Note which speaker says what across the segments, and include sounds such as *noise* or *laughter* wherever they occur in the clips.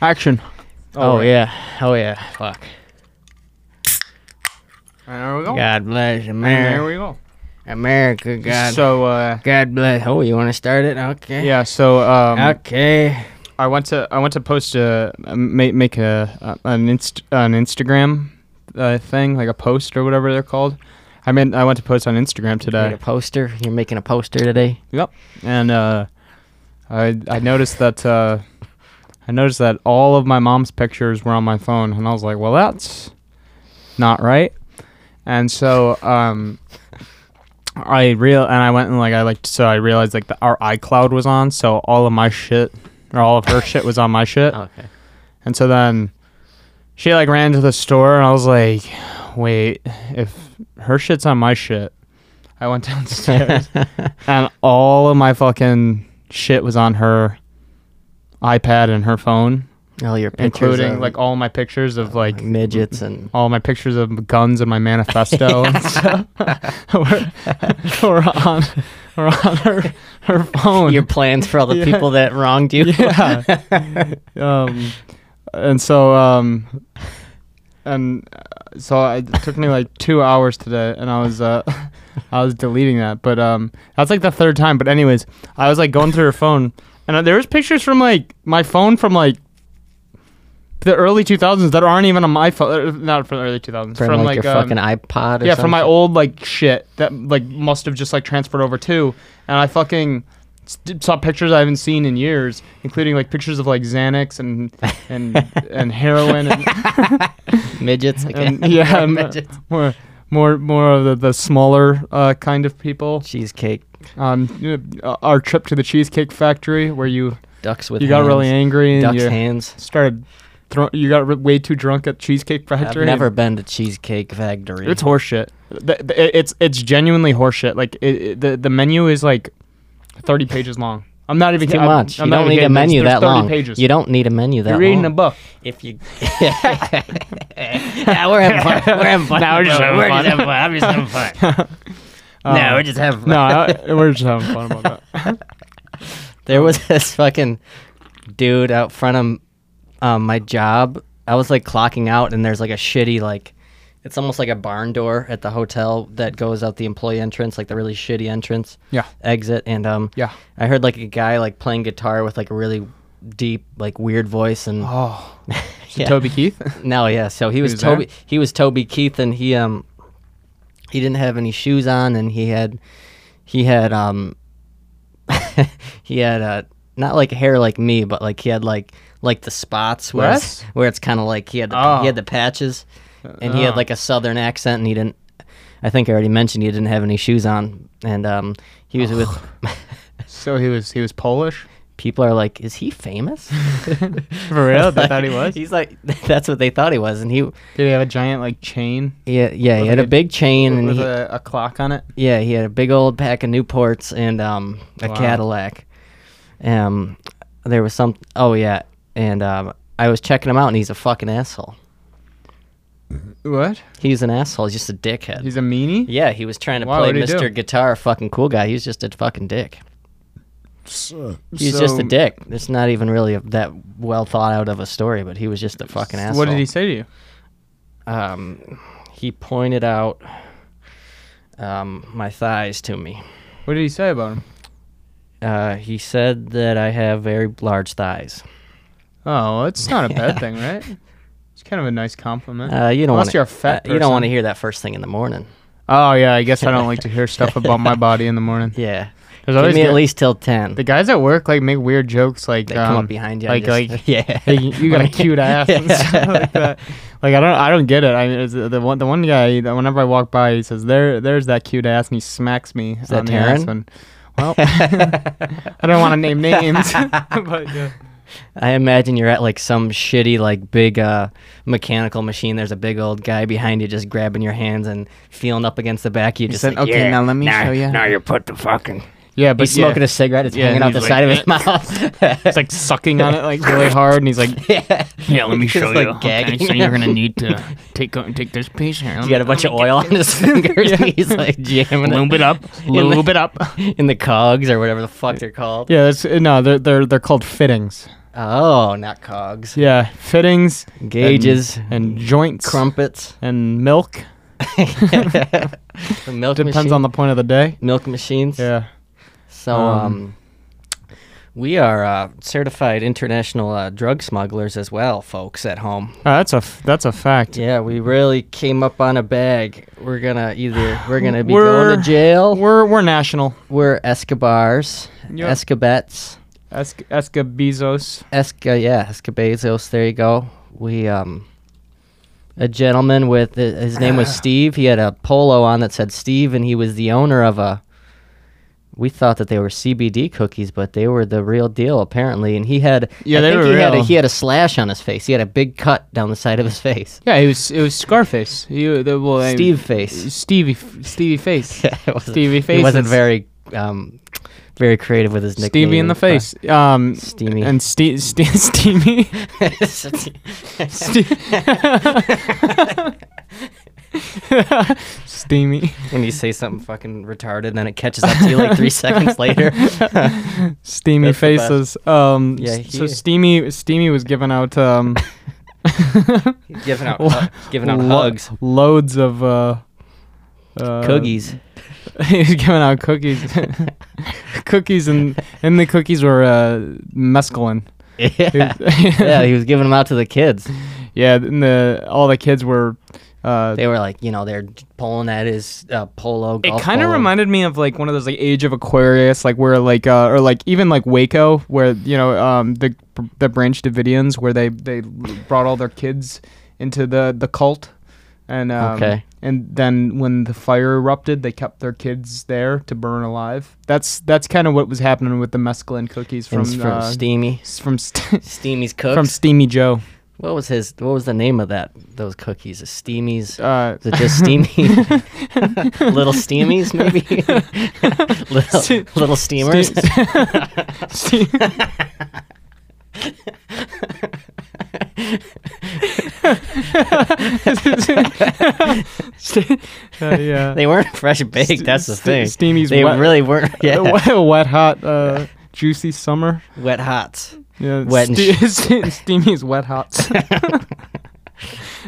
Speaker 1: Action.
Speaker 2: Oh,
Speaker 1: Oh,
Speaker 2: right.
Speaker 1: yeah. Oh yeah. Fuck.
Speaker 2: And there we go.
Speaker 1: God bless
Speaker 2: And there
Speaker 1: America.
Speaker 2: we go.
Speaker 1: America. God.
Speaker 2: So uh,
Speaker 1: God bless. Oh, you want to start it? Okay.
Speaker 2: yeah. So um,
Speaker 1: Okay.
Speaker 2: I want to I want to post a a- ma- make a a- an inst- an Instagram uh, thing like a post or whatever they're called. I mean I want to post on Instagram
Speaker 1: Made
Speaker 2: today.
Speaker 1: a poster. You're making a
Speaker 2: *laughs*
Speaker 1: poster today.
Speaker 2: Yep. And uh, I I noticed that uh, I noticed that all of my mom's pictures were on my phone, and I was like, well, that's not right. And so um, I real and I went and like I like so I realized like the, our iCloud was on, so all of my shit or all of her shit was on my shit.
Speaker 1: Okay. *laughs*
Speaker 2: And so then she like ran to the store and I was like, wait, if her shit's on my shit. I went downstairs and all of my fucking shit was on her iPad and her phone,
Speaker 1: All your pictures,
Speaker 2: including
Speaker 1: of, uh,
Speaker 2: like all my pictures of like
Speaker 1: midgets
Speaker 2: *laughs*
Speaker 1: and
Speaker 2: all my pictures of guns and my
Speaker 1: *laughs*
Speaker 2: manifesto *laughs* and stuff were, were on were on her her phone.
Speaker 1: your plans for all the
Speaker 2: *laughs* Yeah.
Speaker 1: people that wronged
Speaker 2: *laughs*
Speaker 1: you. *laughs*
Speaker 2: yeah. *laughs* um, and so um, and uh, so I, it took me like two hours today, and I was uh, *laughs* I was deleting that, but um, that's like the third time. But anyways, I was like going through her phone, and uh, there was pictures from like my phone from like. The early 2000s that aren't even on my phone, not from the early 2000s,
Speaker 1: from, like, your
Speaker 2: um,
Speaker 1: fucking iPod. Or
Speaker 2: yeah, from my
Speaker 1: something.
Speaker 2: old like shit that like must have just like transferred over too, and I fucking s- did- saw pictures I haven't seen in years, including like pictures of like Xanax and and
Speaker 1: *laughs*
Speaker 2: and heroin and,
Speaker 1: midgets. Okay.
Speaker 2: and *laughs*
Speaker 1: *laughs*
Speaker 2: yeah, and
Speaker 1: midgets.
Speaker 2: more more more of the, the smaller uh, kind of people.
Speaker 1: Cheesecake
Speaker 2: Um, you know, our trip to the cheesecake factory where you
Speaker 1: ducks with
Speaker 2: you got really
Speaker 1: hands.
Speaker 2: angry and
Speaker 1: ducks
Speaker 2: you
Speaker 1: hands.
Speaker 2: started throw, you got re- way too drunk at cheesecake
Speaker 1: I've
Speaker 2: factory.
Speaker 1: never been to Cheesecake Factory.
Speaker 2: It's horseshit. The, the, it- it's it's genuinely horseshit. Like it, it- the the menu is like thirty pages long. I'm not even
Speaker 1: too
Speaker 2: kidding. I'm-
Speaker 1: much.
Speaker 2: I'm
Speaker 1: you
Speaker 2: not
Speaker 1: don't
Speaker 2: even
Speaker 1: need a
Speaker 2: kidding. There's-
Speaker 1: menu
Speaker 2: there's
Speaker 1: that
Speaker 2: 30
Speaker 1: long.
Speaker 2: Pages.
Speaker 1: You don't need a menu that
Speaker 2: You're
Speaker 1: long.
Speaker 2: reading a book.
Speaker 1: If
Speaker 2: *laughs*
Speaker 1: *laughs* you, yeah, we're having fun. We're having fun.
Speaker 2: Now we're just having fun.
Speaker 1: I'm just having fun.
Speaker 3: *laughs* Uh,
Speaker 2: Um,
Speaker 1: just
Speaker 2: *laughs*
Speaker 1: having
Speaker 2: no, I, we're just having fun about that.
Speaker 1: There was *laughs* this fucking dude out front of um, my job. I was like clocking out, and there's like a shitty like, it's almost like a barn door at the hotel that goes out the employee entrance, like the really shitty entrance
Speaker 2: Yeah,
Speaker 1: exit. And um,
Speaker 2: *laughs* yeah.
Speaker 1: I heard like a guy like playing guitar with like a really deep like weird voice and
Speaker 2: Oh, *laughs*
Speaker 1: Yeah.
Speaker 2: Toby Keith.
Speaker 1: *laughs* No, yeah. So he was,
Speaker 2: was there?
Speaker 1: Toby. He was Toby Keith, and he um, he didn't have any shoes on, and he had, he had um, *laughs* he had uh, not like hair like me, but like he had like like the spots where it's,
Speaker 2: Yes?
Speaker 1: where it's kind of like he had the,
Speaker 2: Oh.
Speaker 1: he had the patches, and he had
Speaker 2: Oh.
Speaker 1: like a southern accent, and he didn't. I think I already mentioned he didn't have any shoes on, and um, he was with.
Speaker 2: Oh. So he was he was Polish.
Speaker 1: *laughs* People are like, is he famous?
Speaker 2: *laughs* For real, they
Speaker 1: *laughs*
Speaker 2: thought he was. Did
Speaker 1: He's like, that's what they thought he was, and he,
Speaker 2: he have a giant like chain
Speaker 1: yeah, yeah, he
Speaker 2: With
Speaker 1: had
Speaker 2: like
Speaker 1: a
Speaker 2: a-
Speaker 1: big chain, and
Speaker 2: with
Speaker 1: he,
Speaker 2: a, a clock on it?
Speaker 1: Yeah, he had a big old pack of Newports and um, a
Speaker 2: Wow.
Speaker 1: Cadillac. Um, there was some. Oh yeah, and um, I was checking him out, and he's a fucking asshole.
Speaker 2: What?
Speaker 1: He's an asshole. He's just a dickhead.
Speaker 2: He's a meanie.
Speaker 1: yeah, he was trying to
Speaker 2: Why,
Speaker 1: play
Speaker 2: what'd he
Speaker 1: Mr.
Speaker 2: do?
Speaker 1: Guitar, fucking cool guy. He was just a fucking dick. He's
Speaker 2: So-
Speaker 1: just a dick. It's not even really a, that well thought out of a story, but he was just a fucking asshole.
Speaker 2: What did he say to you?
Speaker 1: Um, he pointed out um, my thighs to me.
Speaker 2: What did he say about him?
Speaker 1: Uh, he said that I have very large thighs.
Speaker 2: Oh, it's not a bad thing, right?
Speaker 1: *laughs*
Speaker 2: It's kind of a nice compliment.
Speaker 1: Uh, you don't
Speaker 2: Unless
Speaker 1: want
Speaker 2: you're a fat
Speaker 1: You don't
Speaker 2: person.
Speaker 1: want to hear that first thing in the morning.
Speaker 2: Oh yeah, I guess I don't like to hear
Speaker 1: *laughs*
Speaker 2: stuff about my body in the morning.
Speaker 1: Yeah,
Speaker 2: There's
Speaker 1: give
Speaker 2: always
Speaker 1: me
Speaker 2: gu-
Speaker 1: at least till ten.
Speaker 2: the guys at work like make weird jokes like
Speaker 1: they come
Speaker 2: um,
Speaker 1: up behind you.
Speaker 2: like
Speaker 1: and just, *laughs*
Speaker 2: like
Speaker 1: yeah,
Speaker 2: hey, you got a cute ass
Speaker 1: *laughs*
Speaker 2: and *laughs* stuff like that. Like I don't I don't get it. I mean, it's, uh, the one the one guy that whenever I walk by he says there there's that cute ass and he smacks me
Speaker 1: that
Speaker 2: on the ass
Speaker 1: Taryn?
Speaker 2: when, well *laughs* I don't want to name
Speaker 1: *laughs*
Speaker 2: names but yeah.
Speaker 1: I imagine you're at like some shitty like big uh, mechanical machine. There's a big old guy behind you just grabbing your hands and feeling up against the back. of You just
Speaker 2: said,
Speaker 1: like,
Speaker 2: "Okay,
Speaker 1: yeah,
Speaker 2: now let me
Speaker 1: now,
Speaker 2: show ya."
Speaker 1: Now you put the fucking.
Speaker 2: yeah but
Speaker 1: He's
Speaker 2: yeah,
Speaker 1: smoking a cigarette. It's
Speaker 2: Yeah,
Speaker 1: hanging
Speaker 2: and
Speaker 1: out the
Speaker 2: he's
Speaker 1: side of
Speaker 2: like, "Eh."
Speaker 1: his mouth.
Speaker 2: it's like sucking on it like really hard and he's *laughs* like
Speaker 1: *laughs* yeah.
Speaker 3: Yeah, let me
Speaker 1: Just,
Speaker 3: show
Speaker 1: like,
Speaker 3: you.
Speaker 1: gagging.
Speaker 3: Okay,
Speaker 1: *laughs*
Speaker 3: so you're gonna need to take uh, take this piece here.
Speaker 1: He's got a
Speaker 2: *laughs*
Speaker 1: bunch of oil on his fingers. *laughs* He's like jamming
Speaker 3: Lube
Speaker 1: it
Speaker 3: it up, lube it up.
Speaker 1: *laughs* in the cogs or whatever the fuck they're called.
Speaker 2: yeah that's no they're they're they're called fittings
Speaker 1: Oh, not cogs.
Speaker 2: Yeah, fittings,
Speaker 1: Gauges,
Speaker 2: and joints,
Speaker 1: crumpets.
Speaker 2: and milk.
Speaker 1: the *laughs* milk
Speaker 2: Depends
Speaker 1: machine-
Speaker 2: on the point of the day.
Speaker 1: milk machines.
Speaker 2: Yeah.
Speaker 1: So um,
Speaker 2: Um,
Speaker 1: we are uh, certified international uh, drug smugglers as well, folks at home.
Speaker 2: Uh, that's a f- that's a fact.
Speaker 1: Yeah, we really came up on a bag. We're gonna either *sighs* we're gonna be
Speaker 2: We're-
Speaker 1: going to jail. We're,
Speaker 2: We're we're national.
Speaker 1: Escobars,
Speaker 2: Yep.
Speaker 1: Escobets,
Speaker 2: Esca, Esca Bezos.
Speaker 1: Esca yeah, Escobezos. There you go. We um. A gentleman with uh, his name
Speaker 2: Ah.
Speaker 1: was Steve. He had a polo on that said Steve, and he was the owner of a. We thought that they were CBD cookies, but they were the real deal apparently. And he had
Speaker 2: Yeah,
Speaker 1: I
Speaker 2: they
Speaker 1: think
Speaker 2: were
Speaker 1: he had a,
Speaker 2: real.
Speaker 1: he had a slash on his face. He had a big cut down the side of his face.
Speaker 2: Yeah, it was it was Scarface. You the well, I-
Speaker 1: Steve *laughs* face.
Speaker 2: Stevie Stevie Face.
Speaker 1: Yeah, it wasn't-
Speaker 2: Stevie
Speaker 1: He wasn't
Speaker 2: Faces.
Speaker 1: very, um, very creative with his *laughs* nickname.
Speaker 2: Stevie in the face. Um,
Speaker 1: Steamy. *laughs*
Speaker 2: and ste- ste- *laughs* Steamy. *laughs* Ste- *laughs* steamy.
Speaker 1: when you say something fucking retarded, then it catches up to you like
Speaker 2: *laughs*
Speaker 1: three seconds later. *laughs*
Speaker 2: Steamy
Speaker 1: That's the best.
Speaker 2: faces. Um,
Speaker 1: Yeah,
Speaker 2: s- so
Speaker 1: he-
Speaker 2: steamy steamy was giving out um
Speaker 1: giving out, hu- giving out
Speaker 2: lo-
Speaker 1: hugs,
Speaker 2: loads of uh, uh *laughs*
Speaker 1: cookies.
Speaker 2: he was giving out cookies. *laughs* cookies and and the cookies were uh
Speaker 1: *laughs*
Speaker 2: mescaline.
Speaker 1: Yeah. yeah, he was giving them out to the kids.
Speaker 2: *laughs* yeah, and the all the kids were uh
Speaker 1: They were like, you know, they're pulling at his uh, polo.
Speaker 2: it
Speaker 1: golf
Speaker 2: kind of
Speaker 1: polo.
Speaker 2: reminded me of like one of those like Age of Aquarius, like where like uh, or like even like Waco, where you know um the the Branch Davidians, where they they brought all their kids into the the cult, and um,
Speaker 1: Okay.
Speaker 2: and then when the fire erupted, they kept their kids there to burn alive. That's that's kind of what was happening with the mescaline cookies
Speaker 1: And
Speaker 2: from
Speaker 1: it's from
Speaker 2: uh,
Speaker 1: Steamy.
Speaker 2: s- from *laughs* st-
Speaker 1: Steamy's cooks.
Speaker 2: from Steamy Joe.
Speaker 1: what was his? What was the name of that? Those cookies, Steamy's.
Speaker 2: Uh,
Speaker 1: Is it
Speaker 2: *laughs*
Speaker 1: just steamy? *laughs* little steamies, maybe? *laughs* little, little steamers?
Speaker 2: Ste- uh, yeah.
Speaker 1: they weren't fresh baked, that's the
Speaker 2: Ste-
Speaker 1: thing.
Speaker 2: Steamy's *laughs*
Speaker 1: they
Speaker 2: wet-
Speaker 1: really weren't. *laughs* Yeah.
Speaker 2: Uh, wet, wet hot, uh, juicy summer.
Speaker 1: Wet hots.
Speaker 2: Yeah,
Speaker 1: Wet and
Speaker 2: ste- *laughs* ste- steamy's wet
Speaker 1: *laughs*
Speaker 2: hots. *laughs*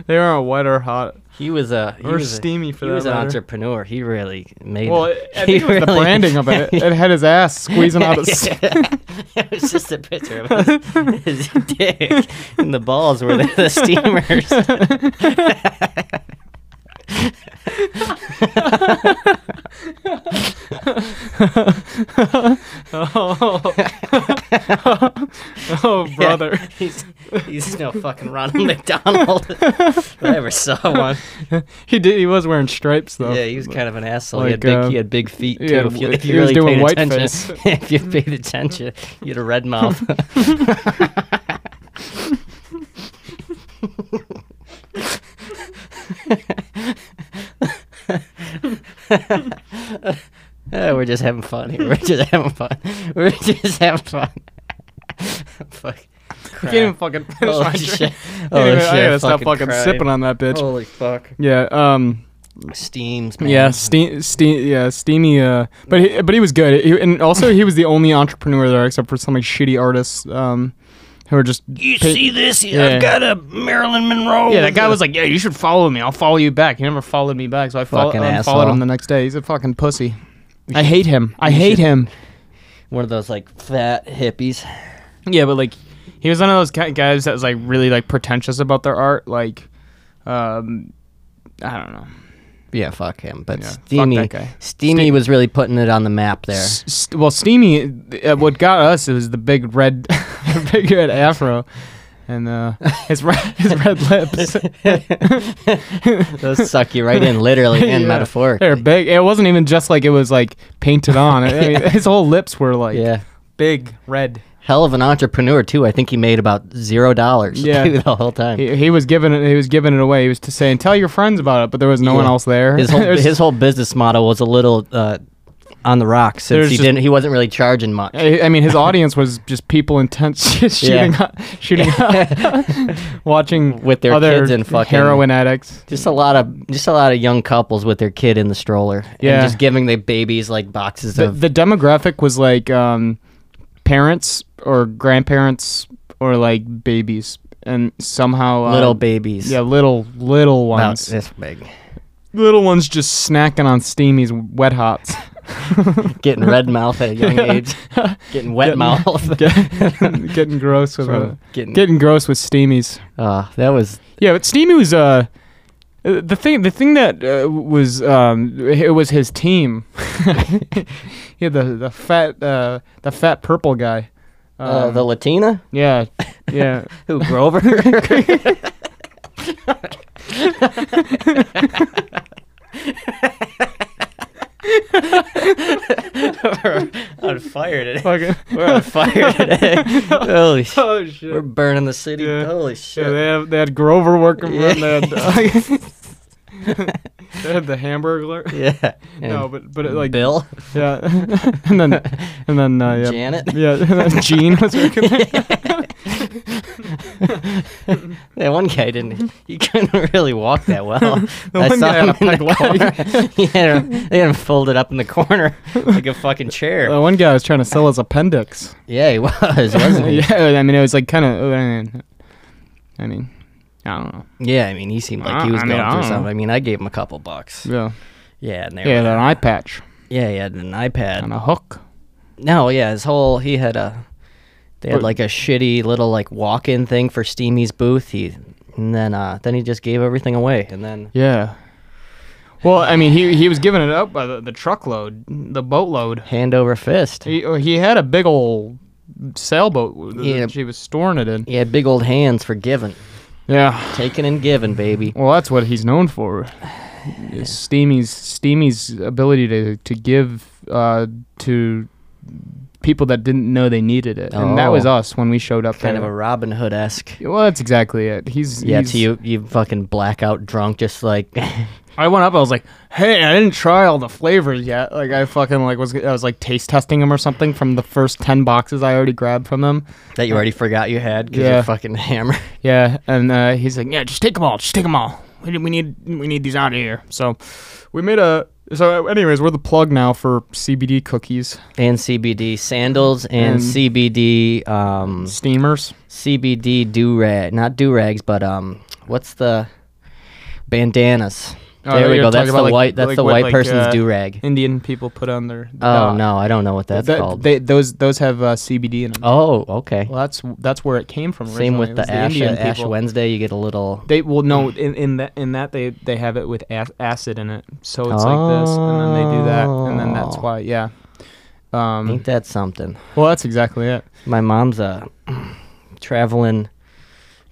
Speaker 2: they aren't wet or hot.
Speaker 1: He was a he
Speaker 2: Or
Speaker 1: was a-
Speaker 2: steamy for
Speaker 1: he
Speaker 2: that
Speaker 1: was an
Speaker 2: matter.
Speaker 1: entrepreneur. He really made.
Speaker 2: Well,
Speaker 1: it. *laughs*
Speaker 2: I think it was the branding of it. It had his ass squeezing out his.
Speaker 1: *laughs* it was just a picture of
Speaker 2: *laughs*
Speaker 1: his, his dick, *laughs* and the balls were the, the steamers. *laughs*
Speaker 2: oh. *laughs* *laughs* oh, brother.
Speaker 1: *laughs* Yeah, he's he's no fucking
Speaker 2: *laughs*
Speaker 1: Ronald McDonald. if I ever saw one.
Speaker 2: He did. He was wearing stripes though.
Speaker 1: yeah, he was kind of an asshole. he, had
Speaker 2: like,
Speaker 1: big,
Speaker 2: uh,
Speaker 1: he had big feet too.
Speaker 2: he had-
Speaker 1: if you, if
Speaker 2: he
Speaker 1: you
Speaker 2: was
Speaker 1: really
Speaker 2: doing
Speaker 1: paid
Speaker 2: white
Speaker 1: attention,
Speaker 2: face.
Speaker 1: *laughs* if you paid attention, you had a
Speaker 2: *laughs*
Speaker 1: red mouth. *laughs* Yeah, we're just having fun here. We're just having fun. We're just having fun. *laughs* Fuck.
Speaker 2: I can't even fucking finish
Speaker 1: Holy
Speaker 2: my drink.
Speaker 1: shit.
Speaker 2: Anyway,
Speaker 1: Holy shit.
Speaker 2: Oh, I gotta stop fucking
Speaker 1: crying.
Speaker 2: sipping on that bitch.
Speaker 1: Holy fuck.
Speaker 2: Yeah. Um.
Speaker 1: Steams, man.
Speaker 2: Yeah. Ste- ste- Yeah. Steamy. Uh. But he, but he was good. He, and also he was the only entrepreneur there, except for some like shitty artists. Um. Who are just.
Speaker 1: You
Speaker 2: pa-
Speaker 1: see this?
Speaker 2: Yeah.
Speaker 1: I've got a Marilyn Monroe.
Speaker 2: Yeah, that guy was like, "Yeah, you should follow me. I'll follow you back." He never followed me back, so I follow-
Speaker 1: Fucking
Speaker 2: unfollowed
Speaker 1: asshole.
Speaker 2: him the next day. He's a fucking pussy. I hate him. I hate him.
Speaker 1: one of those like fat hippies.
Speaker 2: Yeah, but like, he was one of those ki- guys that was like really like pretentious about their art. Like, um, I don't know.
Speaker 1: Yeah, fuck him. But
Speaker 2: Yeah, fuck
Speaker 1: Steamy,
Speaker 2: that guy.
Speaker 1: Steamy was really putting it on the map *laughs* there.
Speaker 2: S- st- well, Steamy, uh, what got us was the big red, *laughs* the big red afro, and
Speaker 1: *laughs*
Speaker 2: uh, his red, his red lips.
Speaker 1: Those suck you right
Speaker 2: *laughs*
Speaker 1: in, literally and
Speaker 2: Yeah.
Speaker 1: metaphorically.
Speaker 2: They're big. It wasn't even just like it was like painted on. I mean, his whole lips were like
Speaker 1: Yeah.
Speaker 2: big red.
Speaker 1: Hell of an entrepreneur too. I think he made about zero dollars *laughs*
Speaker 2: Yeah.
Speaker 1: the whole time.
Speaker 2: He, he was giving it. He was giving it away. He was to saying, "Tell your friends about it," but there was no one
Speaker 1: Yeah.
Speaker 2: else there.
Speaker 1: His
Speaker 2: *laughs*
Speaker 1: whole
Speaker 2: There's-
Speaker 1: his whole business model was a little uh, on the rocks since
Speaker 2: There's
Speaker 1: he
Speaker 2: just-
Speaker 1: didn't he wasn't really charging much.
Speaker 2: I I mean, his audience was just people intense *laughs* shooting,
Speaker 1: Yeah.
Speaker 2: up, shooting, up, watching
Speaker 1: *laughs* With their
Speaker 2: other
Speaker 1: kids and fucking-
Speaker 2: heroin addicts.
Speaker 1: *laughs* Just a lot of just a lot of young couples with their kid in the stroller.
Speaker 2: Yeah.
Speaker 1: And just giving their babies like boxes
Speaker 2: The,
Speaker 1: of
Speaker 2: the demographic was like um, parents or grandparents or like babies, and somehow uh,
Speaker 1: Little babies.
Speaker 2: Yeah, little little
Speaker 1: About
Speaker 2: ones.
Speaker 1: this big.
Speaker 2: Little ones just snacking on Steamy's wet
Speaker 1: *laughs*
Speaker 2: hots.
Speaker 1: *laughs*
Speaker 2: *laughs*
Speaker 1: Getting red mouth at a young age. Getting
Speaker 2: *laughs*
Speaker 1: wet
Speaker 2: Getting-
Speaker 1: mouth. *laughs*
Speaker 2: getting gross with
Speaker 1: Sort
Speaker 2: uh,
Speaker 1: of
Speaker 2: *laughs*
Speaker 1: getting,
Speaker 2: getting gross with Steamies.
Speaker 1: uh, that was
Speaker 2: Yeah, but Steamy was uh, uh, the thing. The thing that uh, was um, it was his team. *laughs* he had the the fat uh, the fat purple guy.
Speaker 1: uh,
Speaker 2: Um,
Speaker 1: the Latina
Speaker 2: yeah
Speaker 1: *laughs*
Speaker 2: yeah
Speaker 1: who Grover.
Speaker 2: *laughs*
Speaker 1: We're on fire today.
Speaker 2: fucking
Speaker 1: We're
Speaker 2: *laughs*
Speaker 1: on fire today. Holy shit.
Speaker 2: oh shit.
Speaker 1: We're burning the city.
Speaker 2: Yeah.
Speaker 1: Holy
Speaker 2: yeah,
Speaker 1: shit.
Speaker 2: they had, they had Grover working for them. They had, uh,
Speaker 1: Yeah. *laughs*
Speaker 2: they had the Hamburglar.
Speaker 1: Yeah.
Speaker 2: No,
Speaker 1: And
Speaker 2: but but it, like
Speaker 1: Bill,
Speaker 2: yeah, *laughs* and then and then uh, yeah,
Speaker 1: Janet.
Speaker 2: yeah, and then Gene was working
Speaker 1: *laughs*
Speaker 2: there.
Speaker 1: That one guy didn't. He couldn't really walk that well. I
Speaker 2: one guy
Speaker 1: saw him
Speaker 2: had a
Speaker 1: in the
Speaker 2: peg leg.
Speaker 1: corner. *laughs* he had him, they had him folded up in the corner *laughs* like a fucking chair.
Speaker 2: Uh, one guy was trying to sell his appendix.
Speaker 1: yeah, he was,
Speaker 2: *laughs*
Speaker 1: wasn't he? yeah.
Speaker 2: yeah, I mean, it was like kind of. I mean, I don't know.
Speaker 1: I mean, he seemed like
Speaker 3: I-
Speaker 1: he was
Speaker 3: I mean,
Speaker 1: going
Speaker 3: I
Speaker 1: through
Speaker 3: don't
Speaker 1: something.
Speaker 3: know.
Speaker 1: I mean, I gave him a couple bucks.
Speaker 2: Yeah,
Speaker 1: Yeah, and they
Speaker 2: yeah,
Speaker 1: were,
Speaker 2: an eye patch
Speaker 1: yeah, he had an iPad.
Speaker 2: and a hook.
Speaker 1: No, yeah, his whole he had a they had
Speaker 2: But-
Speaker 1: like a shitty little like walk-in thing for Steamy's booth. He and then uh then he just gave everything away and then
Speaker 2: Yeah. Well, I mean, he he was giving it up by the, the truckload, the boatload.
Speaker 1: hand over fist.
Speaker 2: He or he had a big old sailboat that
Speaker 1: Yeah.
Speaker 2: she was storing it in.
Speaker 1: He had big old hands for giving,
Speaker 2: Yeah.
Speaker 1: taking and giving, baby.
Speaker 2: Well, that's what he's known for. is Steamy's Steamy's ability to to give uh, to people that didn't know they needed it, and that was
Speaker 1: Oh.
Speaker 2: us when we showed up.
Speaker 1: Kind of
Speaker 2: there.
Speaker 1: a Robin Hood esque.
Speaker 2: Well, that's exactly it. He's
Speaker 1: Yeah,
Speaker 2: he's,
Speaker 1: to you, you fucking blackout drunk, just like
Speaker 2: I went up. I was like, "Hey, I didn't try all the flavors yet." Like I fucking like was I was like taste testing them or something from the first ten boxes I already grabbed from them.
Speaker 1: that you already forgot you had because
Speaker 2: Yeah.
Speaker 1: you're fucking hammered.
Speaker 2: Yeah, and uh, he's like,
Speaker 3: Yeah, just take them all. Just take them all. We, we need we need these out of here.
Speaker 2: "So, we made a." So, anyways, we're the plug now for CBD cookies,
Speaker 1: *laughs* And CBD sandals and,
Speaker 2: And-
Speaker 1: CBD um
Speaker 2: steamers.
Speaker 1: CBD do rag, not do rags, but um, what's the bandanas?
Speaker 2: Oh,
Speaker 1: there we
Speaker 2: you're
Speaker 1: go.
Speaker 2: talking
Speaker 1: That's
Speaker 2: about,
Speaker 1: the
Speaker 2: like-
Speaker 1: white. That's
Speaker 2: like
Speaker 1: the
Speaker 2: what,
Speaker 1: white
Speaker 2: like,
Speaker 1: person's
Speaker 2: uh,
Speaker 1: do rag.
Speaker 2: Indian people put on their.
Speaker 1: Oh no, I don't know what that's
Speaker 2: That-
Speaker 1: called.
Speaker 2: They, those those have uh, CBD in them.
Speaker 1: oh, okay.
Speaker 2: Well, that's that's where it came from. originally.
Speaker 1: Same with
Speaker 2: It
Speaker 1: the,
Speaker 2: was
Speaker 1: Ash,
Speaker 2: Indian
Speaker 1: Ash
Speaker 2: people.
Speaker 1: Wednesday. You get a little.
Speaker 2: They well no
Speaker 1: Mm.
Speaker 2: in in that in that they they have it with ac- acid in it, so it's like this, and then they do that, and then that's
Speaker 1: Oh.
Speaker 2: why yeah. Um,
Speaker 1: Ain't that something?
Speaker 2: well, that's exactly it.
Speaker 1: My mom's uh traveling,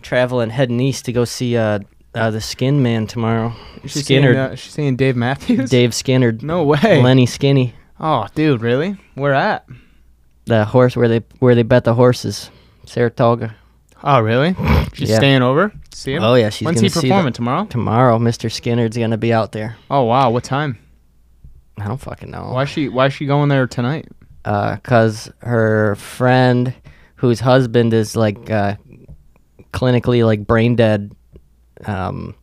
Speaker 1: traveling heading east to go see uh, uh the Skin
Speaker 2: *laughs*
Speaker 1: Man tomorrow.
Speaker 2: She's
Speaker 1: Skinner,
Speaker 2: Seeing, uh, she's seeing Dave Matthews.
Speaker 1: Dave Skinner,
Speaker 2: No way.
Speaker 1: Lenny Skinny,
Speaker 2: Oh, dude, really? Where at?
Speaker 1: the horse where they where they bet the horses, Saratoga.
Speaker 2: Oh, really? She's
Speaker 1: Yeah.
Speaker 2: staying over. See him.
Speaker 1: Oh yeah, she's
Speaker 2: When's
Speaker 1: gonna
Speaker 2: he
Speaker 1: see the-
Speaker 2: performing tomorrow?
Speaker 1: Tomorrow, Mr. Skinner's gonna be out there.
Speaker 2: Oh wow, what time?
Speaker 1: I don't fucking know.
Speaker 2: Why she Why she going there tonight?
Speaker 1: Uh, cause her friend, whose husband is like uh, clinically like brain dead. Um,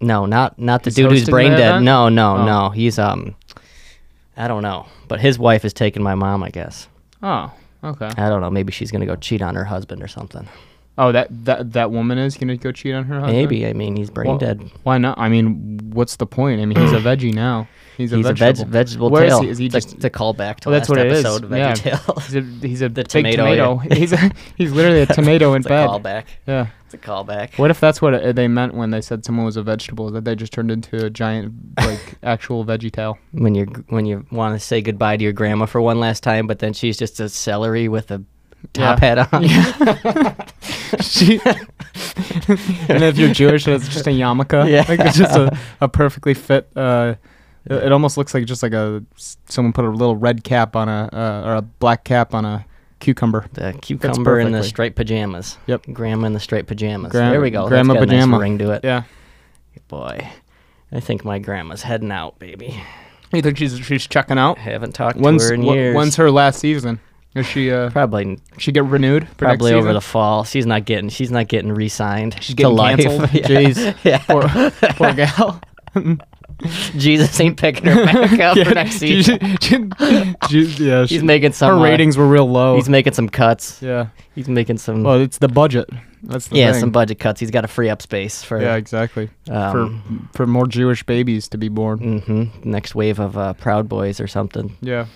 Speaker 1: no, not not the
Speaker 2: He's
Speaker 1: dude who's
Speaker 2: hosting
Speaker 1: brain
Speaker 2: the
Speaker 1: dead.
Speaker 2: event?
Speaker 1: No, no,
Speaker 2: Oh.
Speaker 1: no. He's um, I don't know. But his wife is taking my mom. I guess
Speaker 2: Oh, okay.
Speaker 1: I don't know. Maybe she's gonna go cheat on her husband or something.
Speaker 2: Oh, that that that woman is gonna go cheat on her husband.
Speaker 1: Maybe. I mean, he's brain
Speaker 2: Well,
Speaker 1: dead.
Speaker 2: Why not? I mean, what's the point? I mean,
Speaker 1: *clears throat*
Speaker 2: he's a veggie now. He's a
Speaker 1: He's a veg-
Speaker 2: vegetable.
Speaker 1: vegetable
Speaker 2: Where is
Speaker 1: tail.
Speaker 2: he? Is he
Speaker 1: It's a-
Speaker 2: just-
Speaker 1: it's a callback to
Speaker 2: Well, that's
Speaker 1: last
Speaker 2: what it is.
Speaker 1: episode.
Speaker 2: Yeah.
Speaker 1: Veggie tail.
Speaker 2: He's a, he's a
Speaker 1: The
Speaker 2: big tomato.
Speaker 1: tomato,
Speaker 2: *laughs*
Speaker 1: yeah.
Speaker 2: He's a, he's literally a tomato in
Speaker 1: *laughs* it's a
Speaker 2: bed.
Speaker 1: callback.
Speaker 2: Yeah.
Speaker 1: It's a callback.
Speaker 2: What if that's what it, they meant when they said someone was a vegetable? That they just turned into a giant,
Speaker 1: *laughs*
Speaker 2: like actual veggie tail.
Speaker 1: when you when you want to say goodbye to your grandma for one last time, but then she's just a celery with a top
Speaker 2: Yeah.
Speaker 1: hat on.
Speaker 2: She- and if you're Jewish, it's just a yarmulke.
Speaker 1: Yeah.
Speaker 2: Like it's just
Speaker 1: *laughs*
Speaker 2: a, a perfectly fit. Uh, it, it almost looks like just like a someone put a little red cap on a uh, or a black cap on a cucumber.
Speaker 1: The cucumber and the
Speaker 2: perfectly.
Speaker 1: striped pajamas.
Speaker 2: Yep.
Speaker 1: Grandma in the striped pajamas.
Speaker 2: Gra-
Speaker 1: there we go.
Speaker 2: grandma
Speaker 1: That's got a
Speaker 2: pajama.
Speaker 1: nice ring to it.
Speaker 2: Yeah.
Speaker 1: Boy, I think my grandma's heading out, baby.
Speaker 2: You think she's she's checking out?
Speaker 1: I haven't talked
Speaker 2: When's
Speaker 1: to her in
Speaker 2: wh-
Speaker 1: years.
Speaker 2: when's her last season? Is she uh
Speaker 1: probably
Speaker 2: she get renewed? for next
Speaker 1: probably over
Speaker 2: season?
Speaker 1: the fall. She's not getting she's not getting re-signed. *laughs*
Speaker 2: *laughs* She's getting
Speaker 1: to life.
Speaker 2: *laughs* canceled.
Speaker 1: yeah.
Speaker 2: Jeez, poor, poor gal.
Speaker 1: *laughs* Jesus ain't picking
Speaker 2: *laughs*
Speaker 1: her back up *laughs* for next season.
Speaker 2: yeah, she-
Speaker 1: He's making some.
Speaker 2: her
Speaker 1: uh,
Speaker 2: ratings were real low.
Speaker 1: He's making some cuts.
Speaker 2: yeah.
Speaker 1: He's making some.
Speaker 2: Well, it's the budget. That's the
Speaker 1: yeah,
Speaker 2: thing.
Speaker 1: some budget cuts. He's got to free up space for.
Speaker 2: Yeah, exactly.
Speaker 1: um,
Speaker 2: for for more Jewish babies to be born.
Speaker 1: mhm, next wave of uh, Proud Boys or something.
Speaker 2: Yeah.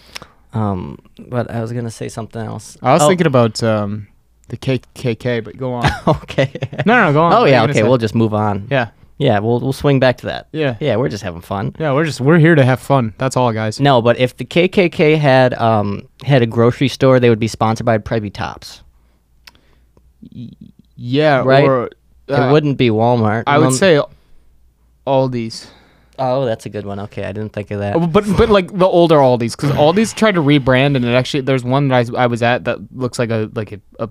Speaker 1: Um, but I was gonna say something else.
Speaker 2: I was
Speaker 1: Oh,
Speaker 2: thinking about um, the KKK, but go on.
Speaker 1: *laughs* Okay. *laughs*
Speaker 2: no, no, go on.
Speaker 1: oh
Speaker 2: What are you
Speaker 1: yeah.
Speaker 2: gonna
Speaker 1: Okay.
Speaker 2: say?
Speaker 1: We'll just move on.
Speaker 2: yeah,
Speaker 1: Yeah. We'll we'll swing back to that.
Speaker 2: yeah,
Speaker 1: Yeah. We're just having fun.
Speaker 2: yeah. We're just we're here to have fun. That's all, guys.
Speaker 1: No, but if the KKK had um had a grocery store, they would be sponsored by Prevy Tops.
Speaker 2: Yeah,
Speaker 1: Right.
Speaker 2: Or, uh,
Speaker 1: it wouldn't be Walmart.
Speaker 2: I would
Speaker 1: Remem-
Speaker 2: say Aldi's,
Speaker 1: Oh, that's a good one. Okay, I didn't think of that.
Speaker 2: Oh, but but like the older Aldi's, because Aldi's tried to rebrand, and it actually there's one that I, I was at that looks like a like a. a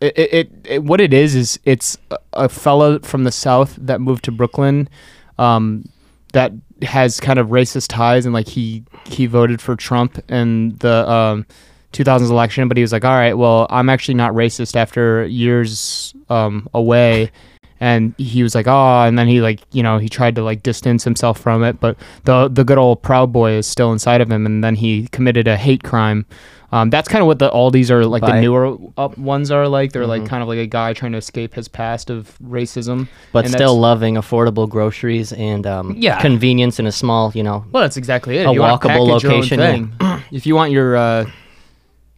Speaker 2: it, it, it, it what it is is it's a, a fella from the south that moved to Brooklyn, um, that has kind of racist ties and like he he voted for Trump in the um 2000s election, but he was like, all right, well, I'm actually not racist after years um away. And he was like, oh, and then he like, you know, he tried to like distance himself from it, but the the good old Proud Boy is still inside of him. And then he committed a hate crime. Um, that's kind of what the Aldis are like. The
Speaker 1: Bye.
Speaker 2: newer up ones are like. They're like kind of like a guy trying to escape his past of racism,
Speaker 1: But
Speaker 2: and that's-
Speaker 1: still loving affordable groceries and um,
Speaker 2: Yeah.
Speaker 1: convenience in a small, you know.
Speaker 2: Well, that's exactly it.
Speaker 1: A
Speaker 2: If you want
Speaker 1: walkable
Speaker 2: package your own
Speaker 1: location, yeah.
Speaker 2: thing. *clears throat* if you want your, uh,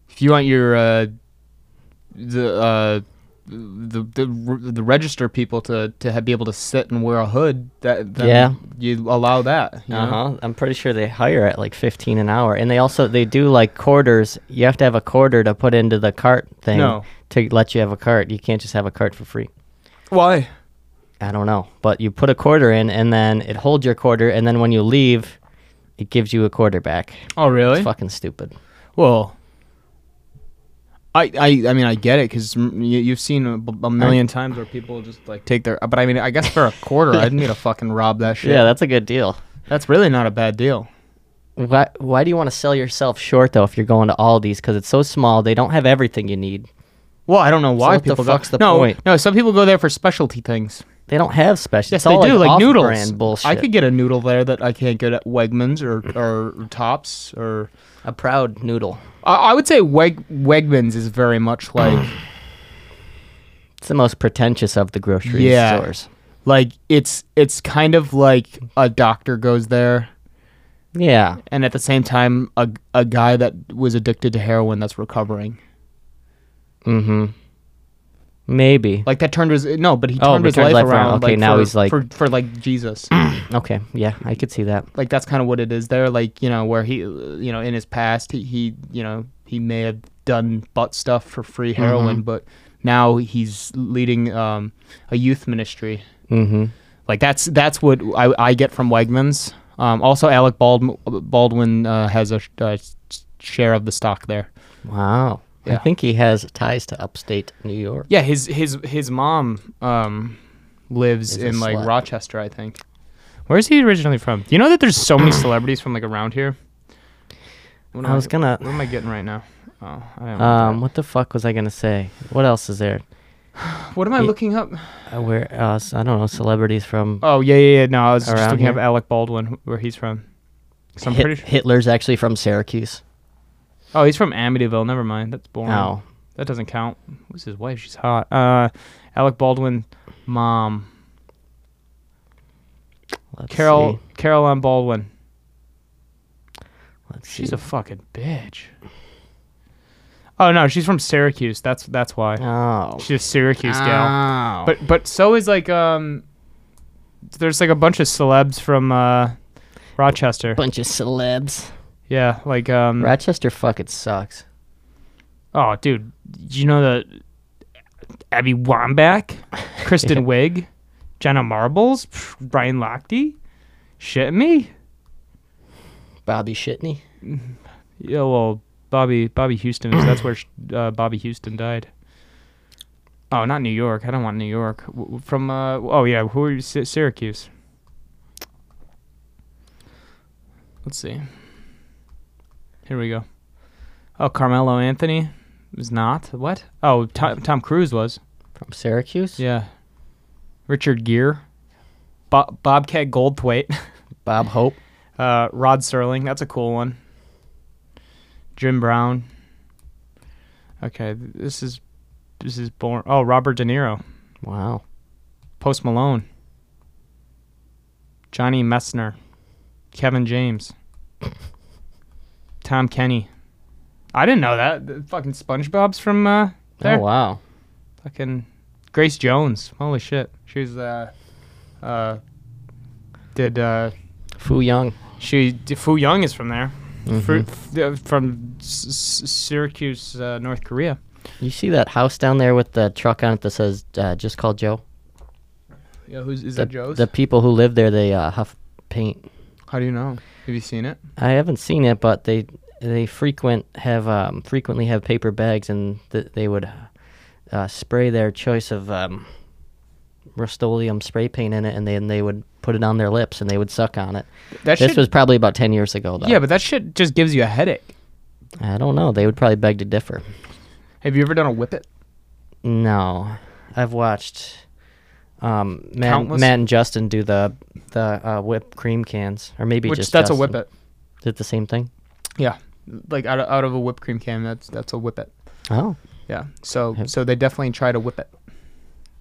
Speaker 2: if you want your, uh, the, uh, the, the the register people to to ha- be able to sit and wear a hood that then
Speaker 1: Yeah.
Speaker 2: you allow that you know?
Speaker 1: Uh huh. I'm pretty sure they hire at like 15 an hour, and they also they do like quarters. You have to have a quarter to put into the cart thing
Speaker 2: No.
Speaker 1: to let you have a cart. You can't just have a cart for free.
Speaker 2: why
Speaker 1: I don't know, but you put a quarter in, and then it holds your quarter, and then when you leave, it gives you a quarter back.
Speaker 2: oh really
Speaker 1: It's fucking stupid.
Speaker 2: well I, I, I mean I get it because you, you've seen a, b- a million times where people just like take their but I mean I guess for a quarter I'd need to fucking rob that shit
Speaker 1: *laughs* Yeah, that's a good deal.
Speaker 2: that's really not a bad deal
Speaker 1: Why, why do you want to sell yourself short though if you're going to Aldi's because it's so small they don't have everything you need
Speaker 2: Well, I don't know why
Speaker 1: what the
Speaker 2: people
Speaker 1: fuck's
Speaker 2: go.
Speaker 1: the
Speaker 2: no,
Speaker 1: point?
Speaker 2: no. Some people go there for specialty things.
Speaker 1: they don't have special
Speaker 2: Yes,
Speaker 1: it's all
Speaker 2: they do, like, noodles.
Speaker 1: off-brand bullshit
Speaker 2: I could get a noodle there that I can't get at Wegmans
Speaker 1: *clears throat*
Speaker 2: or or Tops or.
Speaker 1: a proud noodle
Speaker 2: I, I would say Weg Wegmans is very
Speaker 1: *clears throat*
Speaker 2: much like
Speaker 1: it's the most pretentious of the grocery
Speaker 2: Yeah.
Speaker 1: stores
Speaker 2: like it's it's kind of like a doctor goes there,
Speaker 1: yeah
Speaker 2: and at the same time a a guy that was addicted to heroin that's recovering.
Speaker 1: mm-hmm maybe
Speaker 2: Like that turned his no, but he
Speaker 1: Oh,
Speaker 2: turned
Speaker 1: but
Speaker 2: his
Speaker 1: turned
Speaker 2: life,
Speaker 1: life
Speaker 2: around.
Speaker 1: around. Okay,
Speaker 2: like,
Speaker 1: now
Speaker 2: for-
Speaker 1: he's like-
Speaker 2: for for like Jesus.
Speaker 1: okay yeah I could see that
Speaker 2: like that's kind of what it is there like you know where he uh, you know in his past he, he you know he may have done butt stuff for free heroin but now he's leading um, a youth ministry
Speaker 1: mm-hmm
Speaker 2: like that's that's what i, I get from wegmans um, also alec Baldwin, Baldwin uh, has a sh- uh, s- share of the stock there
Speaker 1: wow I
Speaker 2: Yeah.
Speaker 1: think he has ties to upstate New York
Speaker 2: yeah his his his mom um, lives
Speaker 1: Is a
Speaker 2: in like
Speaker 1: slut.
Speaker 2: rochester i think where's he originally from you know that there's so many celebrities from like around here What am
Speaker 1: I was gonna
Speaker 2: What am I getting right now? Oh, I don't
Speaker 1: um what the fuck was I gonna say what else is there
Speaker 2: What am I
Speaker 1: he-
Speaker 2: looking up?
Speaker 1: uh, where uh, s- I don't know celebrities from
Speaker 2: Oh yeah, yeah, yeah. No, I was just
Speaker 1: Around
Speaker 2: looking up
Speaker 1: here?
Speaker 2: Alec Baldwin, where he's from. 'Cause I'm
Speaker 1: Hit-
Speaker 2: pretty. Sure.
Speaker 1: Hitler's actually from Syracuse
Speaker 2: Oh, he's from Amityville. Never mind. That's boring.
Speaker 1: oh
Speaker 2: That doesn't count. Who's his wife? She's hot. Uh, Alec Baldwin, mom,
Speaker 1: Let's
Speaker 2: Carol,
Speaker 1: see.
Speaker 2: Carol Ann Baldwin.
Speaker 1: Let's
Speaker 2: She's
Speaker 1: see.
Speaker 2: a fucking bitch. Oh no, she's from Syracuse. That's that's why.
Speaker 1: oh. Ah.
Speaker 2: She's a Syracuse gal.
Speaker 3: Oh.
Speaker 2: But but so is like um there's like a bunch of celebs from uh Rochester.
Speaker 1: bunch of celebs.
Speaker 2: Yeah, like um
Speaker 1: Rochester fucking sucks.
Speaker 2: oh dude, did you know that Abby Wambach, Kristen Wiig, Jenna Marbles, Pff, Brian Lochte? Shit me?
Speaker 1: Bobby Shitney.
Speaker 2: Yeah, well, Bobby Bobby Houston is that's where sh- uh, Bobby Houston died. Oh, not New York. I don't want New York. W- w- From uh, oh yeah, who are you? Sy- Syracuse. Let's see. Here we go. Oh, Carmelo Anthony was not. What? Oh, Tom, Tom Cruise was.
Speaker 1: From Syracuse?
Speaker 2: Yeah. Richard Gere. Bo- Bobcat Goldthwait.
Speaker 1: Bob Hope.
Speaker 2: Uh, Rod Serling, that's a cool one. Jim Brown. Okay, th- this is this is born. Oh, Robert De Niro,
Speaker 1: Wow.
Speaker 2: Post Malone, Johnny Messner, Kevin James, Tom Kenny. I didn't know that. The fucking SpongeBob's from uh, there.
Speaker 1: Oh wow.
Speaker 2: Fucking Grace Jones. Holy shit, she was uh, uh, did uh,
Speaker 1: Fu Young.
Speaker 2: she d- Fu Young is from there. Fruit
Speaker 1: Mhm.
Speaker 2: f- uh, from S- S- Syracuse, uh, North Korea.
Speaker 1: You see that house down there with the truck on it that says uh, "Just call Joe."
Speaker 2: Yeah, who's is
Speaker 1: The, the people who live there they uh, huff paint.
Speaker 2: How do you know? Have you seen it?
Speaker 1: I haven't seen it, but they they frequent have um, frequently have paper bags, and th- they would uh, spray their choice of um, Rust-Oleum spray paint in it, and then they would put it on their lips, and they would suck on it.
Speaker 2: That
Speaker 1: this
Speaker 2: shit,
Speaker 1: was probably about ten years ago, though.
Speaker 2: yeah, but that shit just gives you a headache.
Speaker 1: I don't know. They would probably beg to differ.
Speaker 2: Have you ever done a whippet?
Speaker 1: No, I've watched um, Matt,
Speaker 2: Countless?
Speaker 1: Matt and Justin do the the uh, whipped cream cans, or maybe
Speaker 2: Which
Speaker 1: just
Speaker 2: that's a
Speaker 1: Justin.
Speaker 2: whippet.
Speaker 1: Is it the same thing?
Speaker 2: Yeah, like out of, out of a whipped cream can. That's that's a whippet.
Speaker 1: Oh,
Speaker 2: Yeah. So so they definitely try to whip it.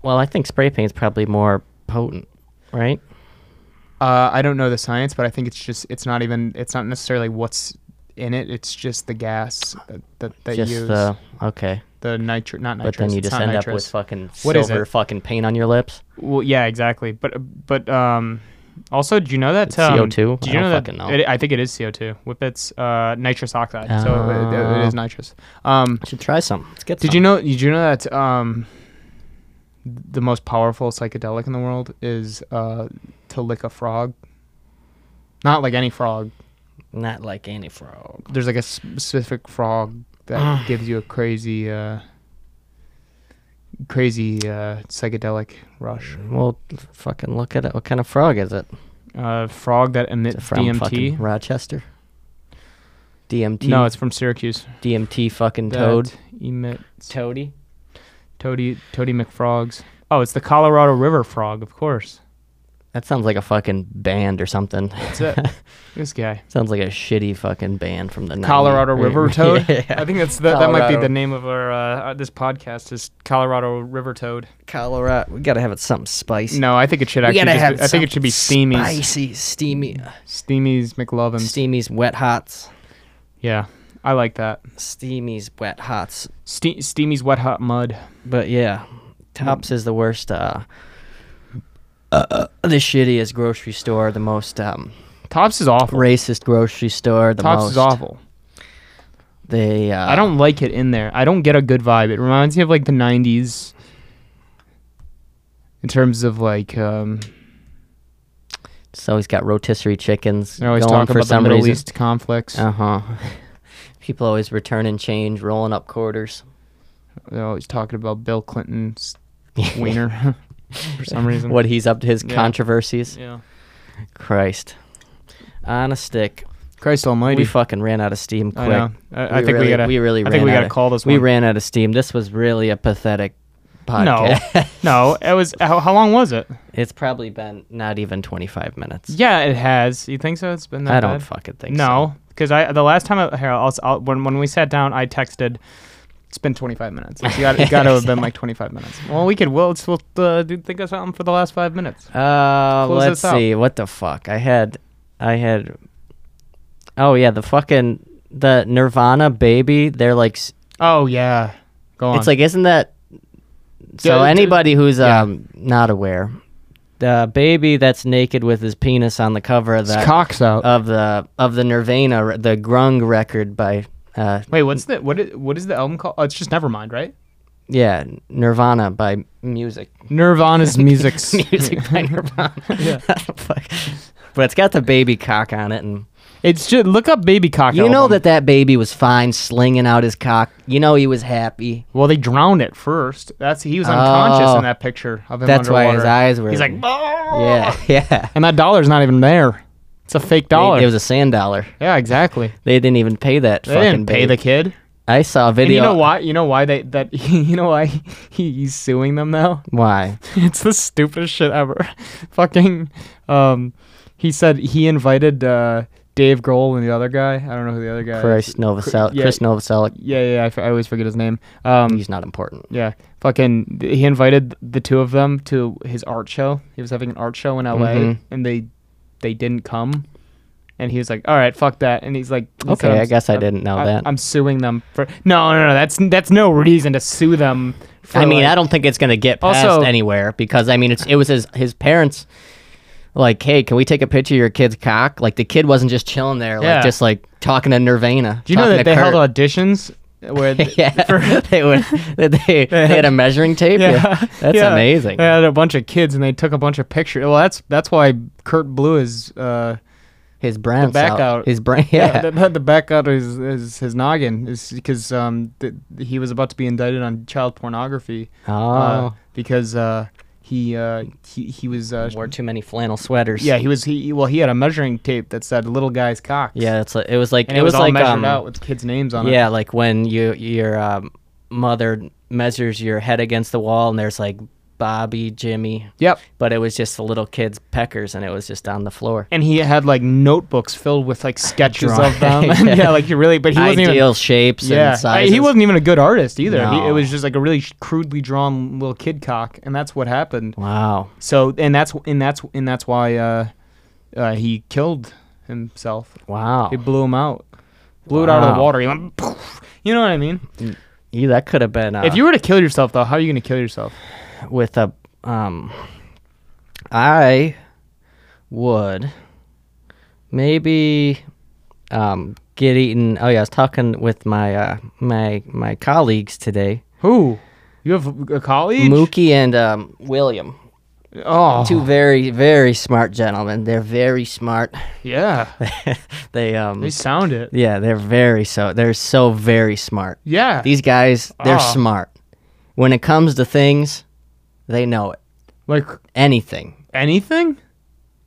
Speaker 1: well, I think spray paint's probably more potent, right?
Speaker 2: Uh, I don't know the science, but I think it's just it's not even it's not necessarily what's in it. It's just the gas that that they
Speaker 1: just
Speaker 2: use
Speaker 1: the okay,
Speaker 2: the nitri- not nitrous.
Speaker 1: but then you
Speaker 2: it's
Speaker 1: just
Speaker 2: not
Speaker 1: end up
Speaker 2: nitrous.
Speaker 1: with fucking
Speaker 2: What is
Speaker 1: silver
Speaker 2: it?
Speaker 1: fucking paint on your lips.
Speaker 2: Well, yeah, exactly. But but um, also, do you know that um,
Speaker 1: CO2?
Speaker 2: Do
Speaker 1: I
Speaker 2: you know
Speaker 1: don't
Speaker 2: that?
Speaker 1: fucking know.
Speaker 2: It, I think it is CO two. Whippets uh, nitrous oxide. so it- it, it is
Speaker 1: Oh.
Speaker 2: nitrous. Um,
Speaker 1: I should try some. Let's get.
Speaker 2: did you know? Did you know that um, the most powerful psychedelic in the world is uh, to lick a frog. Not like any frog.
Speaker 1: know? Not like any frog.
Speaker 2: There's like a specific frog
Speaker 1: *sighs*
Speaker 2: that gives you a crazy, uh, crazy uh, psychedelic rush.
Speaker 1: Well, fucking look at it. What kind of frog is it?
Speaker 2: Uh, frog that
Speaker 1: Is it
Speaker 2: emits
Speaker 1: from fucking
Speaker 2: DMT.
Speaker 1: Rochester? DMT.
Speaker 2: No, it's from Syracuse.
Speaker 1: DMT. Fucking
Speaker 2: that
Speaker 1: toad.
Speaker 2: emits
Speaker 1: Toady.
Speaker 2: Toady Toady McFrogs. Oh, it's the Colorado River frog, of course.
Speaker 1: That sounds like a fucking band or something. *laughs*
Speaker 2: That's it. this guy,
Speaker 1: sounds like a shitty fucking band from the 90s. *laughs*
Speaker 2: Colorado River Toad.
Speaker 1: yeah.
Speaker 2: I think that's the, that might be
Speaker 1: Colorado.
Speaker 2: the name of our uh, this podcast is Colorado River Toad.
Speaker 1: Colorado. We gotta have it something spicy.
Speaker 2: No, I think it should
Speaker 1: we
Speaker 2: actually.
Speaker 1: gotta
Speaker 2: Just
Speaker 1: have.
Speaker 2: be, I think it should be
Speaker 1: something
Speaker 2: Steamies.
Speaker 1: Spicy, steamy,
Speaker 2: Steamies McLovin.
Speaker 1: steamies, wet hots,
Speaker 2: yeah, I like that.
Speaker 1: steamies, wet hots.
Speaker 2: Ste- Steamies Wet Hot Mud.
Speaker 1: But yeah, Tops is the worst. Uh, the shittiest grocery store, the most um,
Speaker 2: Tops is awful.
Speaker 1: racist grocery store, the
Speaker 2: Tops
Speaker 1: most.
Speaker 2: is awful.
Speaker 1: They. Uh,
Speaker 2: I don't like it in there. I don't get a good vibe. It reminds me of like the '90s in terms of like um,
Speaker 1: It's always got rotisserie chickens
Speaker 2: They're always
Speaker 1: going
Speaker 2: talking
Speaker 1: for
Speaker 2: about the
Speaker 1: some
Speaker 2: Middle
Speaker 1: reason.
Speaker 2: East conflicts.
Speaker 1: Uh huh. *laughs* People always returning change, rolling up quarters.
Speaker 2: They're always talking about Bill
Speaker 1: *laughs*
Speaker 2: Clinton's wiener *laughs* for some reason.
Speaker 1: What he's up to, his
Speaker 2: Yeah.
Speaker 1: controversies.
Speaker 2: Yeah.
Speaker 1: Christ. On a stick.
Speaker 2: Christ
Speaker 1: We
Speaker 2: Almighty.
Speaker 1: fucking ran out of steam
Speaker 2: I
Speaker 1: quick.
Speaker 2: know. I, I think
Speaker 1: really,
Speaker 2: we gotta.
Speaker 1: we really
Speaker 2: I
Speaker 1: ran
Speaker 2: think we
Speaker 1: out
Speaker 2: gotta
Speaker 1: of,
Speaker 2: call this
Speaker 1: We
Speaker 2: one.
Speaker 1: ran out of steam. This was really a pathetic podcast. No.
Speaker 2: no, it was. How, how long was it?
Speaker 1: *laughs* it's probably been not even 25 minutes.
Speaker 2: Yeah, it has. You think so? It's been that
Speaker 1: I don't
Speaker 2: bad?
Speaker 1: fucking think so.
Speaker 2: no, because I the last time I, here, I'll, I'll, when when we sat down, I texted. It's been 25 minutes. It's got, it got to have been like 25
Speaker 1: *laughs*
Speaker 2: minutes. Well, we could. Well, let's we'll, uh, do- think of something for the last five minutes.
Speaker 1: Uh,
Speaker 2: Close
Speaker 1: let's
Speaker 2: this out.
Speaker 1: see. What the fuck? I had, I had. Oh yeah, the fucking the Nirvana baby. They're like, s
Speaker 2: Oh yeah, go on.
Speaker 1: it's like, isn't that? So
Speaker 2: Yeah, it-
Speaker 1: anybody who's
Speaker 2: yeah.
Speaker 1: um not aware, the baby that's naked with his penis on the cover of
Speaker 2: His
Speaker 1: that
Speaker 2: cocks out.
Speaker 1: of the of the Nirvana re- the Grung record by uh
Speaker 2: Wait, what's the what is what is the album called? Oh, it's just Nevermind, right?
Speaker 1: yeah Nirvana by Music
Speaker 2: *laughs* Nirvana's music's
Speaker 1: *laughs* Music *laughs* by Nirvana. Fuck. But it's got the baby cock on it and.
Speaker 2: It's just look up Baby Cock.
Speaker 1: You know
Speaker 2: album.
Speaker 1: that that baby was fine slinging out his cock. You know he was happy.
Speaker 2: Well, they drowned it first. That's he was unconscious
Speaker 1: Oh.
Speaker 2: in that picture of him
Speaker 1: That's
Speaker 2: underwater.
Speaker 1: why his eyes were.
Speaker 2: He's like,
Speaker 1: yeah, *laughs* yeah.
Speaker 2: and that dollar's not even there. It's a fake dollar.
Speaker 1: They- It was a sand dollar.
Speaker 2: yeah, exactly.
Speaker 1: They didn't even pay that
Speaker 2: They
Speaker 1: fucking
Speaker 2: didn't pay the
Speaker 1: babe.
Speaker 2: kid.
Speaker 1: I saw a
Speaker 2: And
Speaker 1: video.
Speaker 2: you know why? You know why they that *laughs* you know why he, he's suing them now? *laughs*
Speaker 1: Why?
Speaker 2: It's the stupidest shit ever. Fucking um he said he invited uh, Dave Grohl and the other guy. I don't know who the other guy.
Speaker 1: Chris
Speaker 2: Is.
Speaker 1: Novoselic.
Speaker 2: yeah.
Speaker 1: Chris Novoselic.
Speaker 2: Yeah, yeah. I, f- I always forget his name. Um,
Speaker 1: He's not important.
Speaker 2: yeah, fucking. th- He invited the two of them to his art show. He was having an art show in L.A.
Speaker 1: Mhm.
Speaker 2: and they they didn't come. And he was like, "All right, fuck that." And he's like, he said,
Speaker 1: Okay,
Speaker 2: "I'm
Speaker 1: I
Speaker 2: s-
Speaker 1: guess I
Speaker 2: I'm-
Speaker 1: didn't know
Speaker 2: I-
Speaker 1: that.
Speaker 2: I'm suing them for no, no, no. That's that's no reason to sue them. For,
Speaker 1: I mean,
Speaker 2: like-
Speaker 1: I don't think it's gonna get past
Speaker 2: Also-
Speaker 1: anywhere because I mean, it's it was his his parents. Like, hey, can we take a picture of your kid's cock? Like, the kid wasn't just chilling there, like
Speaker 2: Yeah.
Speaker 1: just like talking to Nirvana.
Speaker 2: Do you know
Speaker 1: talking
Speaker 2: that
Speaker 1: to
Speaker 2: they
Speaker 1: Kurt.
Speaker 2: held auditions where th-
Speaker 1: *laughs* yeah,
Speaker 2: *laughs* for-
Speaker 1: they would. They,
Speaker 2: *laughs*
Speaker 1: they had a measuring tape. *laughs* Yeah, that's
Speaker 2: yeah.
Speaker 1: amazing.
Speaker 2: They had a bunch of kids and they took a bunch of pictures. Well, that's that's why Kurt blew his uh,
Speaker 1: His brain
Speaker 2: back
Speaker 1: out.
Speaker 2: out.
Speaker 1: His brain.
Speaker 2: yeah.
Speaker 1: Yeah,
Speaker 2: the, the back out of his, his his noggin is because um th- he was about to be indicted on child pornography.
Speaker 1: oh,
Speaker 2: uh, because uh he uh he he was uh,
Speaker 1: wore too many flannel sweaters.
Speaker 2: yeah he was he well he had a measuring tape that said little guy's cock.
Speaker 1: yeah. It's like, it was like
Speaker 2: And it, was, all
Speaker 1: like
Speaker 2: measured
Speaker 1: um,
Speaker 2: out with kids' names on it.
Speaker 1: Yeah, like when you your um, mother measures your head against the wall, and there's like Bobby, Jimmy,
Speaker 2: Yep.
Speaker 1: but it was just the little kids' peckers, and it was just on the floor.
Speaker 2: And he had like notebooks filled with like sketches of them.
Speaker 1: *laughs* Drawing.
Speaker 2: And, yeah, like he really, but he wasn't
Speaker 1: Ideal
Speaker 2: even.
Speaker 1: shapes
Speaker 2: Yeah,
Speaker 1: and
Speaker 2: I-
Speaker 1: sizes.
Speaker 2: he wasn't even a good artist either. He, it
Speaker 1: No.
Speaker 2: was just like a really sh- crudely drawn little kid cock, and that's what happened.
Speaker 1: Wow.
Speaker 2: So, and that's and that's and that's why uh, uh, he killed himself.
Speaker 1: Wow.
Speaker 2: He blew him out, blew it out of the
Speaker 1: Oh. Wow.
Speaker 2: water. He went, poof. you know what I mean?
Speaker 1: Yeah, that could have been. Uh,
Speaker 2: if you were to kill yourself, though, how are you gonna kill yourself?
Speaker 1: with a um I would maybe um get eaten oh yeah, I was talking with my uh my my colleagues today.
Speaker 2: Who? You have a colleague?
Speaker 1: Mookie and um William.
Speaker 2: Oh,
Speaker 1: Two very, very smart gentlemen. They're very smart. *laughs*
Speaker 2: yeah.
Speaker 1: they um
Speaker 2: They sound it.
Speaker 1: yeah, they're very so they're so very smart.
Speaker 2: Yeah.
Speaker 1: These guys, they're
Speaker 2: Ah.
Speaker 1: smart. When it comes to things, they know it.
Speaker 2: like
Speaker 1: Anything.
Speaker 2: anything?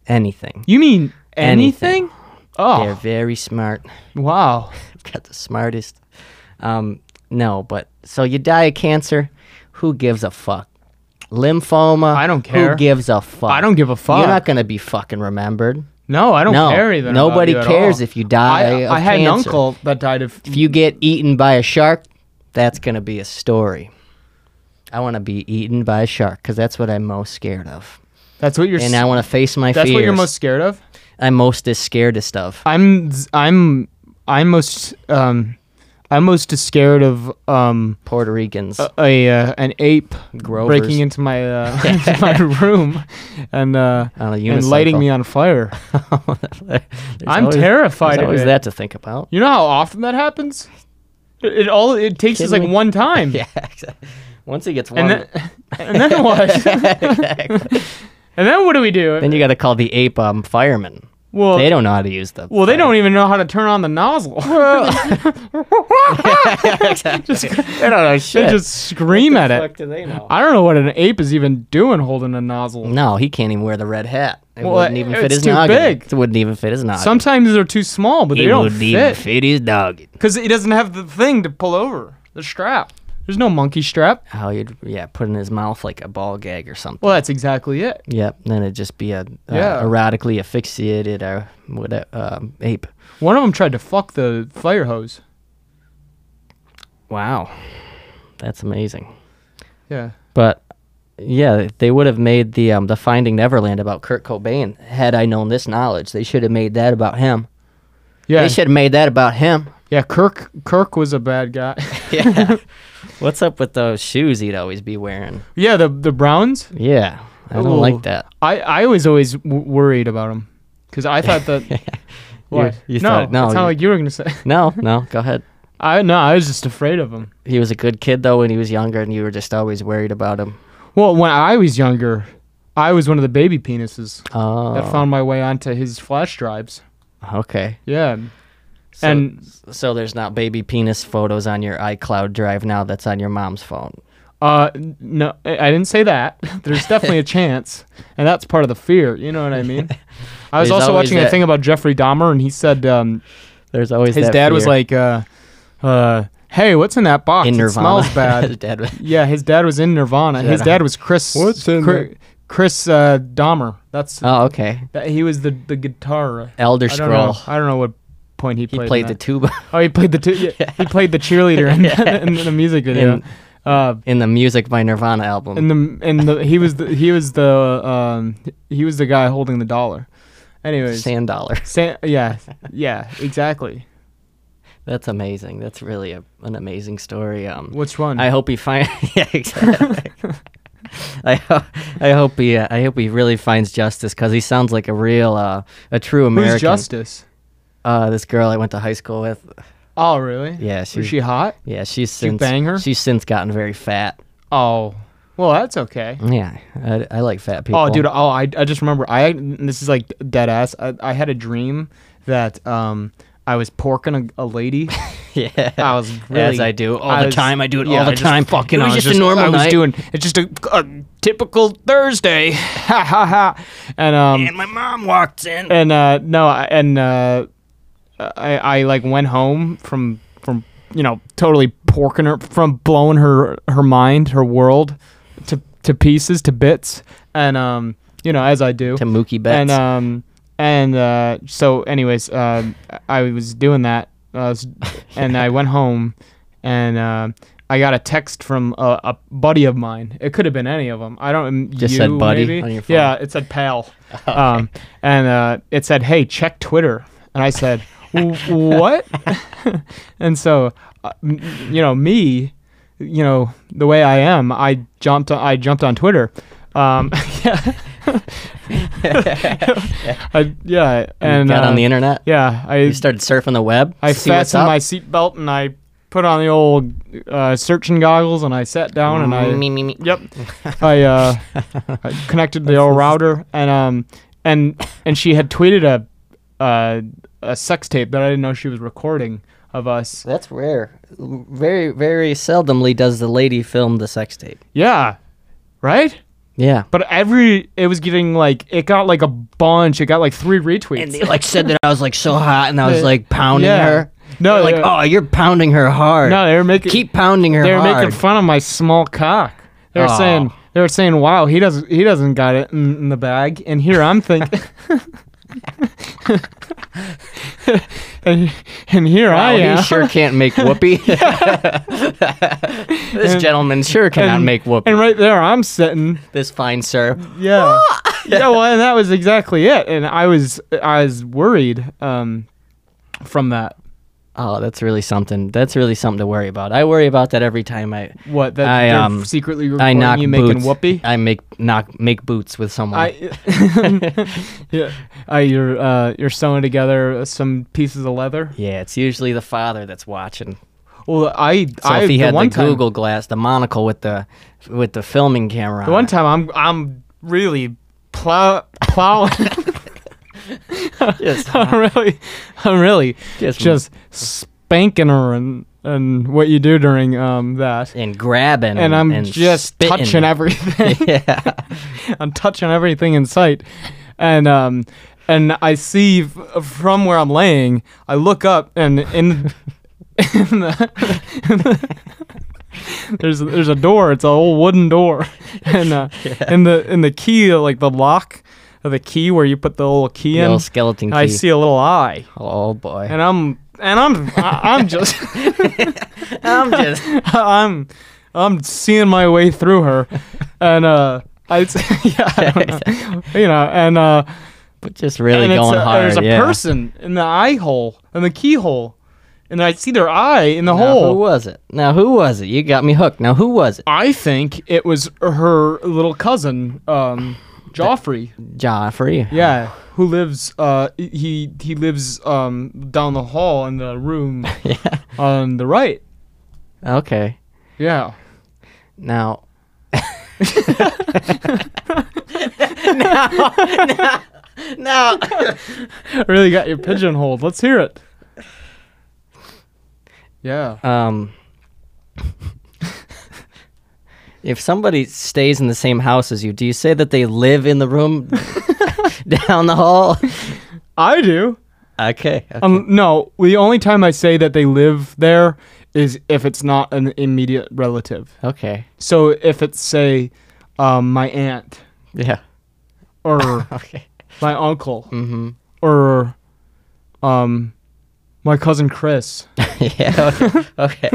Speaker 1: Anything.
Speaker 2: You mean anything?
Speaker 1: Anything.
Speaker 2: Oh,
Speaker 1: They're very smart. *laughs*
Speaker 2: wow.
Speaker 1: got the smartest. Um, no, but so you die of cancer, who gives a fuck? Lymphoma.
Speaker 2: I don't care.
Speaker 1: Who gives a fuck?
Speaker 2: I don't give a fuck.
Speaker 1: You're not gonna be fucking remembered.
Speaker 2: no, I don't
Speaker 1: no,
Speaker 2: care either.
Speaker 1: nobody cares if you die.
Speaker 2: I,
Speaker 1: of
Speaker 2: I had an
Speaker 1: cancer.
Speaker 2: uncle that died of.
Speaker 1: If you get eaten by a shark, that's gonna be a story. I want to be eaten by a shark because that's what I'm most scared of,
Speaker 2: That's what you're.
Speaker 1: and
Speaker 2: s-
Speaker 1: I want to face my
Speaker 2: that's
Speaker 1: fears.
Speaker 2: what you're most scared of.
Speaker 1: I'm most is scaredest of.
Speaker 2: I'm. z- I'm. I'm most. Um, I'm most scared of um
Speaker 1: Puerto Ricans.
Speaker 2: a, a uh, an ape
Speaker 1: Grovers.
Speaker 2: breaking into my uh,
Speaker 1: *laughs*
Speaker 2: into my room and uh
Speaker 1: On *laughs* a
Speaker 2: and lighting
Speaker 1: unicycle.
Speaker 2: me on fire. I'm
Speaker 1: always-
Speaker 2: terrified
Speaker 1: There's
Speaker 2: of
Speaker 1: always
Speaker 2: it.
Speaker 1: that to think
Speaker 2: *laughs*
Speaker 1: about.
Speaker 2: You know how often that happens? It, it all it takes is
Speaker 1: Kidding
Speaker 2: like
Speaker 1: me?
Speaker 2: one time.
Speaker 1: *laughs* Yeah, exactly. Once he gets one,
Speaker 2: And then, and then
Speaker 1: *laughs*
Speaker 2: what? and *laughs*
Speaker 1: Exactly.
Speaker 2: then what do we do?
Speaker 1: then you got to call the ape um, firemen.
Speaker 2: well,
Speaker 1: they don't know how to use the.
Speaker 2: well, they
Speaker 1: fire.
Speaker 2: don't even know how to turn on the nozzle.
Speaker 1: *laughs*
Speaker 2: *laughs*
Speaker 1: They don't know shit.
Speaker 2: they just scream at
Speaker 1: fuck
Speaker 2: it.
Speaker 1: do they know?
Speaker 2: I don't know what an ape is even doing holding a nozzle.
Speaker 1: No, he can't even wear the red hat. It
Speaker 2: Well,
Speaker 1: wouldn't even fit
Speaker 2: it's
Speaker 1: his
Speaker 2: too
Speaker 1: noggin.
Speaker 2: big.
Speaker 1: It wouldn't even fit his noggin.
Speaker 2: Sometimes they're too small, but
Speaker 1: it
Speaker 2: they don't
Speaker 1: wouldn't even *laughs*
Speaker 2: fit
Speaker 1: fit his noggin.
Speaker 2: because it doesn't have the thing to pull over the strap. There's no monkey strap.
Speaker 1: How Oh, you'd yeah put in his mouth like a ball gag or something.
Speaker 2: Well, that's exactly it.
Speaker 1: Yep. Then it'd just be a uh,
Speaker 2: Yeah.
Speaker 1: erotically asphyxiated uh, what a, um, ape.
Speaker 2: One of them tried to fuck the fire hose.
Speaker 1: Wow, that's amazing.
Speaker 2: Yeah.
Speaker 1: But yeah, they would have made the um, the Finding Neverland about Kurt Cobain had I known this knowledge. They should have made that about him.
Speaker 2: Yeah.
Speaker 1: They should have made that about him. *laughs*
Speaker 2: Yeah. Kirk. Kirk was a bad guy. *laughs*
Speaker 1: Yeah. What's up with those shoes he'd always be wearing?
Speaker 2: yeah. The the Browns.
Speaker 1: Yeah, I don't
Speaker 2: Ooh.
Speaker 1: like that.
Speaker 2: I, I was always w- worried about him because I thought
Speaker 1: *laughs*
Speaker 2: that. what?
Speaker 1: You- you
Speaker 2: no,
Speaker 1: thought- no,
Speaker 2: It's not
Speaker 1: you-
Speaker 2: like you were gonna say.
Speaker 1: *laughs*
Speaker 2: *laughs*
Speaker 1: No, no, go ahead.
Speaker 2: I no, I was just afraid of him.
Speaker 1: He was a good kid though when he was younger, and you were just always worried about him.
Speaker 2: Well, when I was younger, I was one of the baby penises
Speaker 1: Oh,
Speaker 2: that found my way onto his flash drives.
Speaker 1: okay.
Speaker 2: Yeah,
Speaker 1: So,
Speaker 2: and
Speaker 1: so there's not baby penis photos on your iCloud drive now. That's on your mom's phone.
Speaker 2: uh, n- no, I I didn't say that. *laughs* There's definitely
Speaker 1: *laughs*
Speaker 2: a chance, and that's part of the fear. You know what I mean? I was
Speaker 1: There's
Speaker 2: also
Speaker 1: always
Speaker 2: watching a
Speaker 1: that-
Speaker 2: thing about Jeffrey Dahmer, and he said um,
Speaker 1: There's always
Speaker 2: his
Speaker 1: that
Speaker 2: dad was
Speaker 1: fear.
Speaker 2: like, uh, uh, "Hey, what's in that box?
Speaker 1: in
Speaker 2: it
Speaker 1: Nirvana.
Speaker 2: smells bad."
Speaker 1: *laughs* His dad was-
Speaker 2: Yeah, his dad was in Nirvana. His
Speaker 1: that-
Speaker 2: dad was Chris.
Speaker 3: What's in
Speaker 2: Chri-
Speaker 3: that?
Speaker 2: Chris, Chris uh, Dahmer. That's
Speaker 1: Oh, okay.
Speaker 2: that, he was the the guitar.
Speaker 1: Elder
Speaker 2: I don't know.
Speaker 1: Scroll.
Speaker 2: I don't know what point he
Speaker 1: He
Speaker 2: played. in
Speaker 1: played the
Speaker 2: that.
Speaker 1: tuba *laughs*
Speaker 2: Oh, he played the two. Yeah, he played the cheerleader in,
Speaker 1: Yeah.
Speaker 2: *laughs* in the music video.
Speaker 1: In-
Speaker 2: uh,
Speaker 1: in the music by Nirvana album.
Speaker 2: and the and the he was the he was the um he was the guy holding the dollar. Anyways,
Speaker 1: Sand dollar. *laughs*
Speaker 2: Sa- yeah, yeah, exactly.
Speaker 1: That's amazing. That's really a, an amazing story. Um,
Speaker 2: Which one?
Speaker 1: I hope he finds. *laughs* yeah, exactly. I, ho- I hope he uh, I hope he really finds justice because he sounds like a real uh, a true American.
Speaker 2: Who's Justice?
Speaker 1: Uh, this girl I went to high school with.
Speaker 2: Oh, really?
Speaker 1: Yeah,
Speaker 2: Was
Speaker 1: she-
Speaker 2: she hot?
Speaker 1: Yeah, she's
Speaker 2: Did you
Speaker 1: since
Speaker 2: bang her?
Speaker 1: she's since gotten very fat.
Speaker 2: Oh, well, that's okay.
Speaker 1: Yeah, I, I like fat people.
Speaker 2: Oh, dude. Oh, I, I just remember. I and this is like dead ass. I, I had a dream that um I was porking a, a
Speaker 1: *laughs*
Speaker 2: lady.
Speaker 1: *laughs* yeah,
Speaker 2: I was uh, really,
Speaker 1: as I do all
Speaker 2: I
Speaker 1: the
Speaker 2: was-
Speaker 1: time. I do it
Speaker 2: yeah,
Speaker 1: all the
Speaker 2: I just
Speaker 1: time.
Speaker 2: Fucking,
Speaker 1: it was
Speaker 2: I
Speaker 1: just, a normal
Speaker 2: I was
Speaker 1: night.
Speaker 2: doing. It's just a, a typical Thursday. *laughs* Ha ha ha. And um
Speaker 3: And my mom walked in.
Speaker 2: and uh no I- and uh I I like went home from from you know totally porking her from blowing her her mind her world to to pieces to bits and um you know as I do
Speaker 1: to Mookie Betts.
Speaker 2: and um and uh so anyways um I was doing that uh,
Speaker 1: *laughs*
Speaker 2: s- and I went home and uh, I got a text from a, a buddy of mine. It could have been any of them. I don't. um,
Speaker 1: Just
Speaker 2: you,
Speaker 1: said buddy
Speaker 2: maybe?
Speaker 1: on your phone?
Speaker 2: Yeah, it said
Speaker 1: *laughs*
Speaker 2: pal. Um, and uh, it said, "Hey, check Twitter." And I said, "W- "What?" *laughs* and so, uh, m- you know, me, you know, the way I am, I jumped. On, I jumped on Twitter. Um, *laughs* yeah.
Speaker 1: *laughs*
Speaker 2: I, yeah, uh, *laughs* and
Speaker 1: got
Speaker 2: uh,
Speaker 1: on the internet.
Speaker 2: yeah, I
Speaker 1: You started surfing the web.
Speaker 2: I
Speaker 1: see what's
Speaker 2: fastened
Speaker 1: up?
Speaker 2: my seatbelt and I put on the old uh, searching goggles and I sat down and I
Speaker 1: me me me.
Speaker 2: yep I,
Speaker 1: *laughs*
Speaker 2: uh, I connected the old router and um and and she had tweeted a uh, a sex tape that I didn't know she was recording of us.
Speaker 1: That's rare. Very, very seldomly does the lady film the sex tape.
Speaker 2: Yeah, right.
Speaker 1: Yeah.
Speaker 2: But every it was getting like it got like a bunch. It got like three retweets.
Speaker 1: And they like said that I was like so hot and I was
Speaker 2: Yeah.
Speaker 1: like pounding
Speaker 2: Yeah.
Speaker 1: her.
Speaker 2: No,
Speaker 1: They're like,
Speaker 2: yeah.
Speaker 1: oh, you're pounding her hard.
Speaker 2: no, they were making
Speaker 1: Keep pounding her
Speaker 2: they were
Speaker 1: hard.
Speaker 2: making fun of my small cock. They were
Speaker 1: Aw.
Speaker 2: saying they were saying, "Wow, he doesn't he doesn't got it in, in the bag." And here I'm thinking, *laughs* and, and here
Speaker 1: Wow,
Speaker 2: I am.
Speaker 1: He sure can't *laughs* make whoopee. this gentleman sure cannot
Speaker 2: and-
Speaker 1: make whoopee.
Speaker 2: And right there I'm sitting.
Speaker 1: this fine sir.
Speaker 2: Yeah. yeah. Well, and that was exactly it. And I was I was worried um, from that.
Speaker 1: Oh, that's really something. That's really something to worry about. I worry about that every time I
Speaker 2: What that
Speaker 1: I,
Speaker 2: they're
Speaker 1: um,
Speaker 2: secretly
Speaker 1: I
Speaker 2: recording
Speaker 1: knock
Speaker 2: you
Speaker 1: boots.
Speaker 2: making whoopee.
Speaker 1: I make knock make boots with someone.
Speaker 2: I *laughs* yeah, uh, you're uh, you're sewing together some pieces of leather.
Speaker 1: yeah, it's usually the father that's watching.
Speaker 2: Well, I
Speaker 1: So
Speaker 2: I
Speaker 1: if he
Speaker 2: the
Speaker 1: had the
Speaker 2: one time,
Speaker 1: Google Glass, the monocle with the with the filming camera,
Speaker 2: the
Speaker 1: on
Speaker 2: one
Speaker 1: it.
Speaker 2: time I'm I'm really plow plowing. *laughs*
Speaker 1: Just-
Speaker 2: I'm really I'm really
Speaker 1: *laughs* Just-
Speaker 2: *laughs* just, spanking her and and what you do during um that.
Speaker 1: and grabbing,
Speaker 2: And I'm just
Speaker 1: spitting.
Speaker 2: touching
Speaker 1: *laughs*
Speaker 2: everything.
Speaker 1: yeah,
Speaker 2: I'm touching everything in sight, and um, and I see f- from where I'm laying. I look up and in, in the, there's there's a door. It's a old wooden door, *laughs* and uh, in the in the key like the lock of the key where you put the little key *laughs*
Speaker 1: little
Speaker 2: in.
Speaker 1: skeleton key.
Speaker 2: I see a little eye,
Speaker 1: Oh boy,
Speaker 2: and I'm and I'm I- I'm just
Speaker 1: *laughs*
Speaker 2: *laughs*
Speaker 1: I'm just
Speaker 2: I'm I'm seeing my way through her, and uh, I *laughs* yeah, I don't know. you know, and uh,
Speaker 1: just really
Speaker 2: and it's
Speaker 1: going
Speaker 2: a-
Speaker 1: hard.
Speaker 2: There's a
Speaker 1: yeah.
Speaker 2: person in the eye hole, in the keyhole, and I see their eye in the
Speaker 1: Now, who
Speaker 2: hole.
Speaker 1: was it? Now who was it? You got me hooked. Now who was it?
Speaker 2: I think it was her little cousin, um, Joffrey.
Speaker 1: Joffrey.
Speaker 2: Yeah, who lives? Uh, he he lives um down the hall in the
Speaker 1: *laughs*
Speaker 2: room on the right.
Speaker 1: Okay.
Speaker 2: Yeah. *laughs*
Speaker 1: Now. *laughs* *laughs* no, no, no.
Speaker 2: really got your pigeonholed. Let's hear it. Yeah.
Speaker 1: um, if somebody stays in the same house as you, do you say that they live in the *laughs* room down the hall?
Speaker 2: I do.
Speaker 1: Okay. okay.
Speaker 2: Um, no, the only time I say that they live there is if it's not an immediate relative.
Speaker 1: okay.
Speaker 2: So if it's say um, my aunt
Speaker 1: Yeah.
Speaker 2: *laughs* or
Speaker 1: *laughs* Okay.
Speaker 2: my uncle,
Speaker 1: Mm-hmm.
Speaker 2: or um, my cousin Chris.
Speaker 1: yeah. Okay. okay.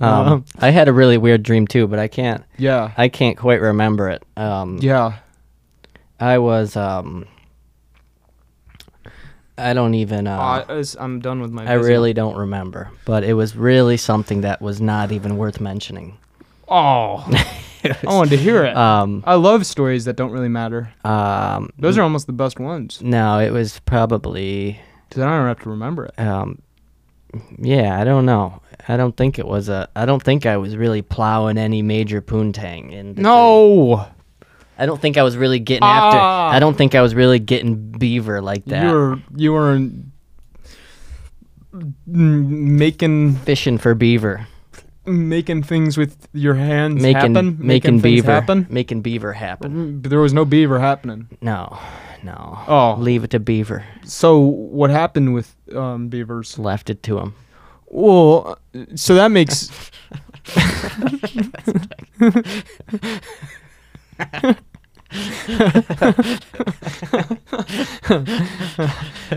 Speaker 1: Um,
Speaker 2: Um,
Speaker 1: I had a really weird dream too, but I can't.
Speaker 2: Yeah,
Speaker 1: I can't quite remember it. Um,
Speaker 2: yeah.
Speaker 1: I was. Um, I don't even. Uh,
Speaker 2: Uh, it's- I'm done with my.
Speaker 1: I
Speaker 2: busy-
Speaker 1: really don't remember, but it was really something that was not even worth mentioning.
Speaker 2: Oh,
Speaker 1: It
Speaker 2: *laughs* I
Speaker 1: was-
Speaker 2: wanted to hear it.
Speaker 1: um,
Speaker 2: I love stories that don't really matter.
Speaker 1: um,
Speaker 2: Those are almost the best ones
Speaker 1: no, it was probably.
Speaker 2: because I don't have to remember it.
Speaker 1: Um, yeah, I don't know. I don't think it was a. I don't think I was really plowing any major poontang. In the dream.
Speaker 2: No,
Speaker 1: I don't think I was really getting after.
Speaker 2: Ah.
Speaker 1: I don't think I was really getting beaver like that.
Speaker 2: you were you were n- making
Speaker 1: fishing for beaver,
Speaker 2: making things with your hands
Speaker 1: making
Speaker 2: happen,
Speaker 1: making,
Speaker 2: things
Speaker 1: beaver
Speaker 2: happen.
Speaker 1: making beaver happen.
Speaker 2: Mm, There was no beaver happening.
Speaker 1: No, no.
Speaker 2: Oh.
Speaker 1: leave it to beaver.
Speaker 2: So what happened with um, beavers?
Speaker 1: Left it
Speaker 2: *laughs*
Speaker 1: to *laughs* him.
Speaker 2: Well, uh, so that
Speaker 1: *laughs*
Speaker 2: makes uh,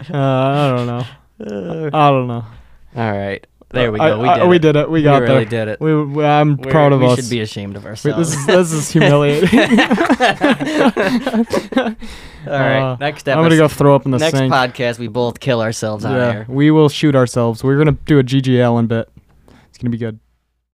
Speaker 2: I don't know.
Speaker 1: Uh,
Speaker 2: I don't know.
Speaker 1: All right, there we
Speaker 2: I-
Speaker 1: go. We
Speaker 2: I-
Speaker 1: did. it.
Speaker 2: did it. We got
Speaker 1: really
Speaker 2: there.
Speaker 1: did it.
Speaker 2: We, we- I'm
Speaker 1: We're-
Speaker 2: proud of
Speaker 1: we
Speaker 2: us.
Speaker 1: should be ashamed of
Speaker 2: Wait, this
Speaker 1: ourselves.
Speaker 2: is this is
Speaker 1: *laughs*
Speaker 2: humiliating.
Speaker 1: All right,
Speaker 2: uh,
Speaker 1: next
Speaker 2: I'm
Speaker 1: episode.
Speaker 2: gonna go throw up in the
Speaker 1: next
Speaker 2: sink.
Speaker 1: podcast, we both kill ourselves on
Speaker 2: yeah,
Speaker 1: air.
Speaker 2: we will shoot ourselves. We're gonna do a GGL in bit. It's gonna be good.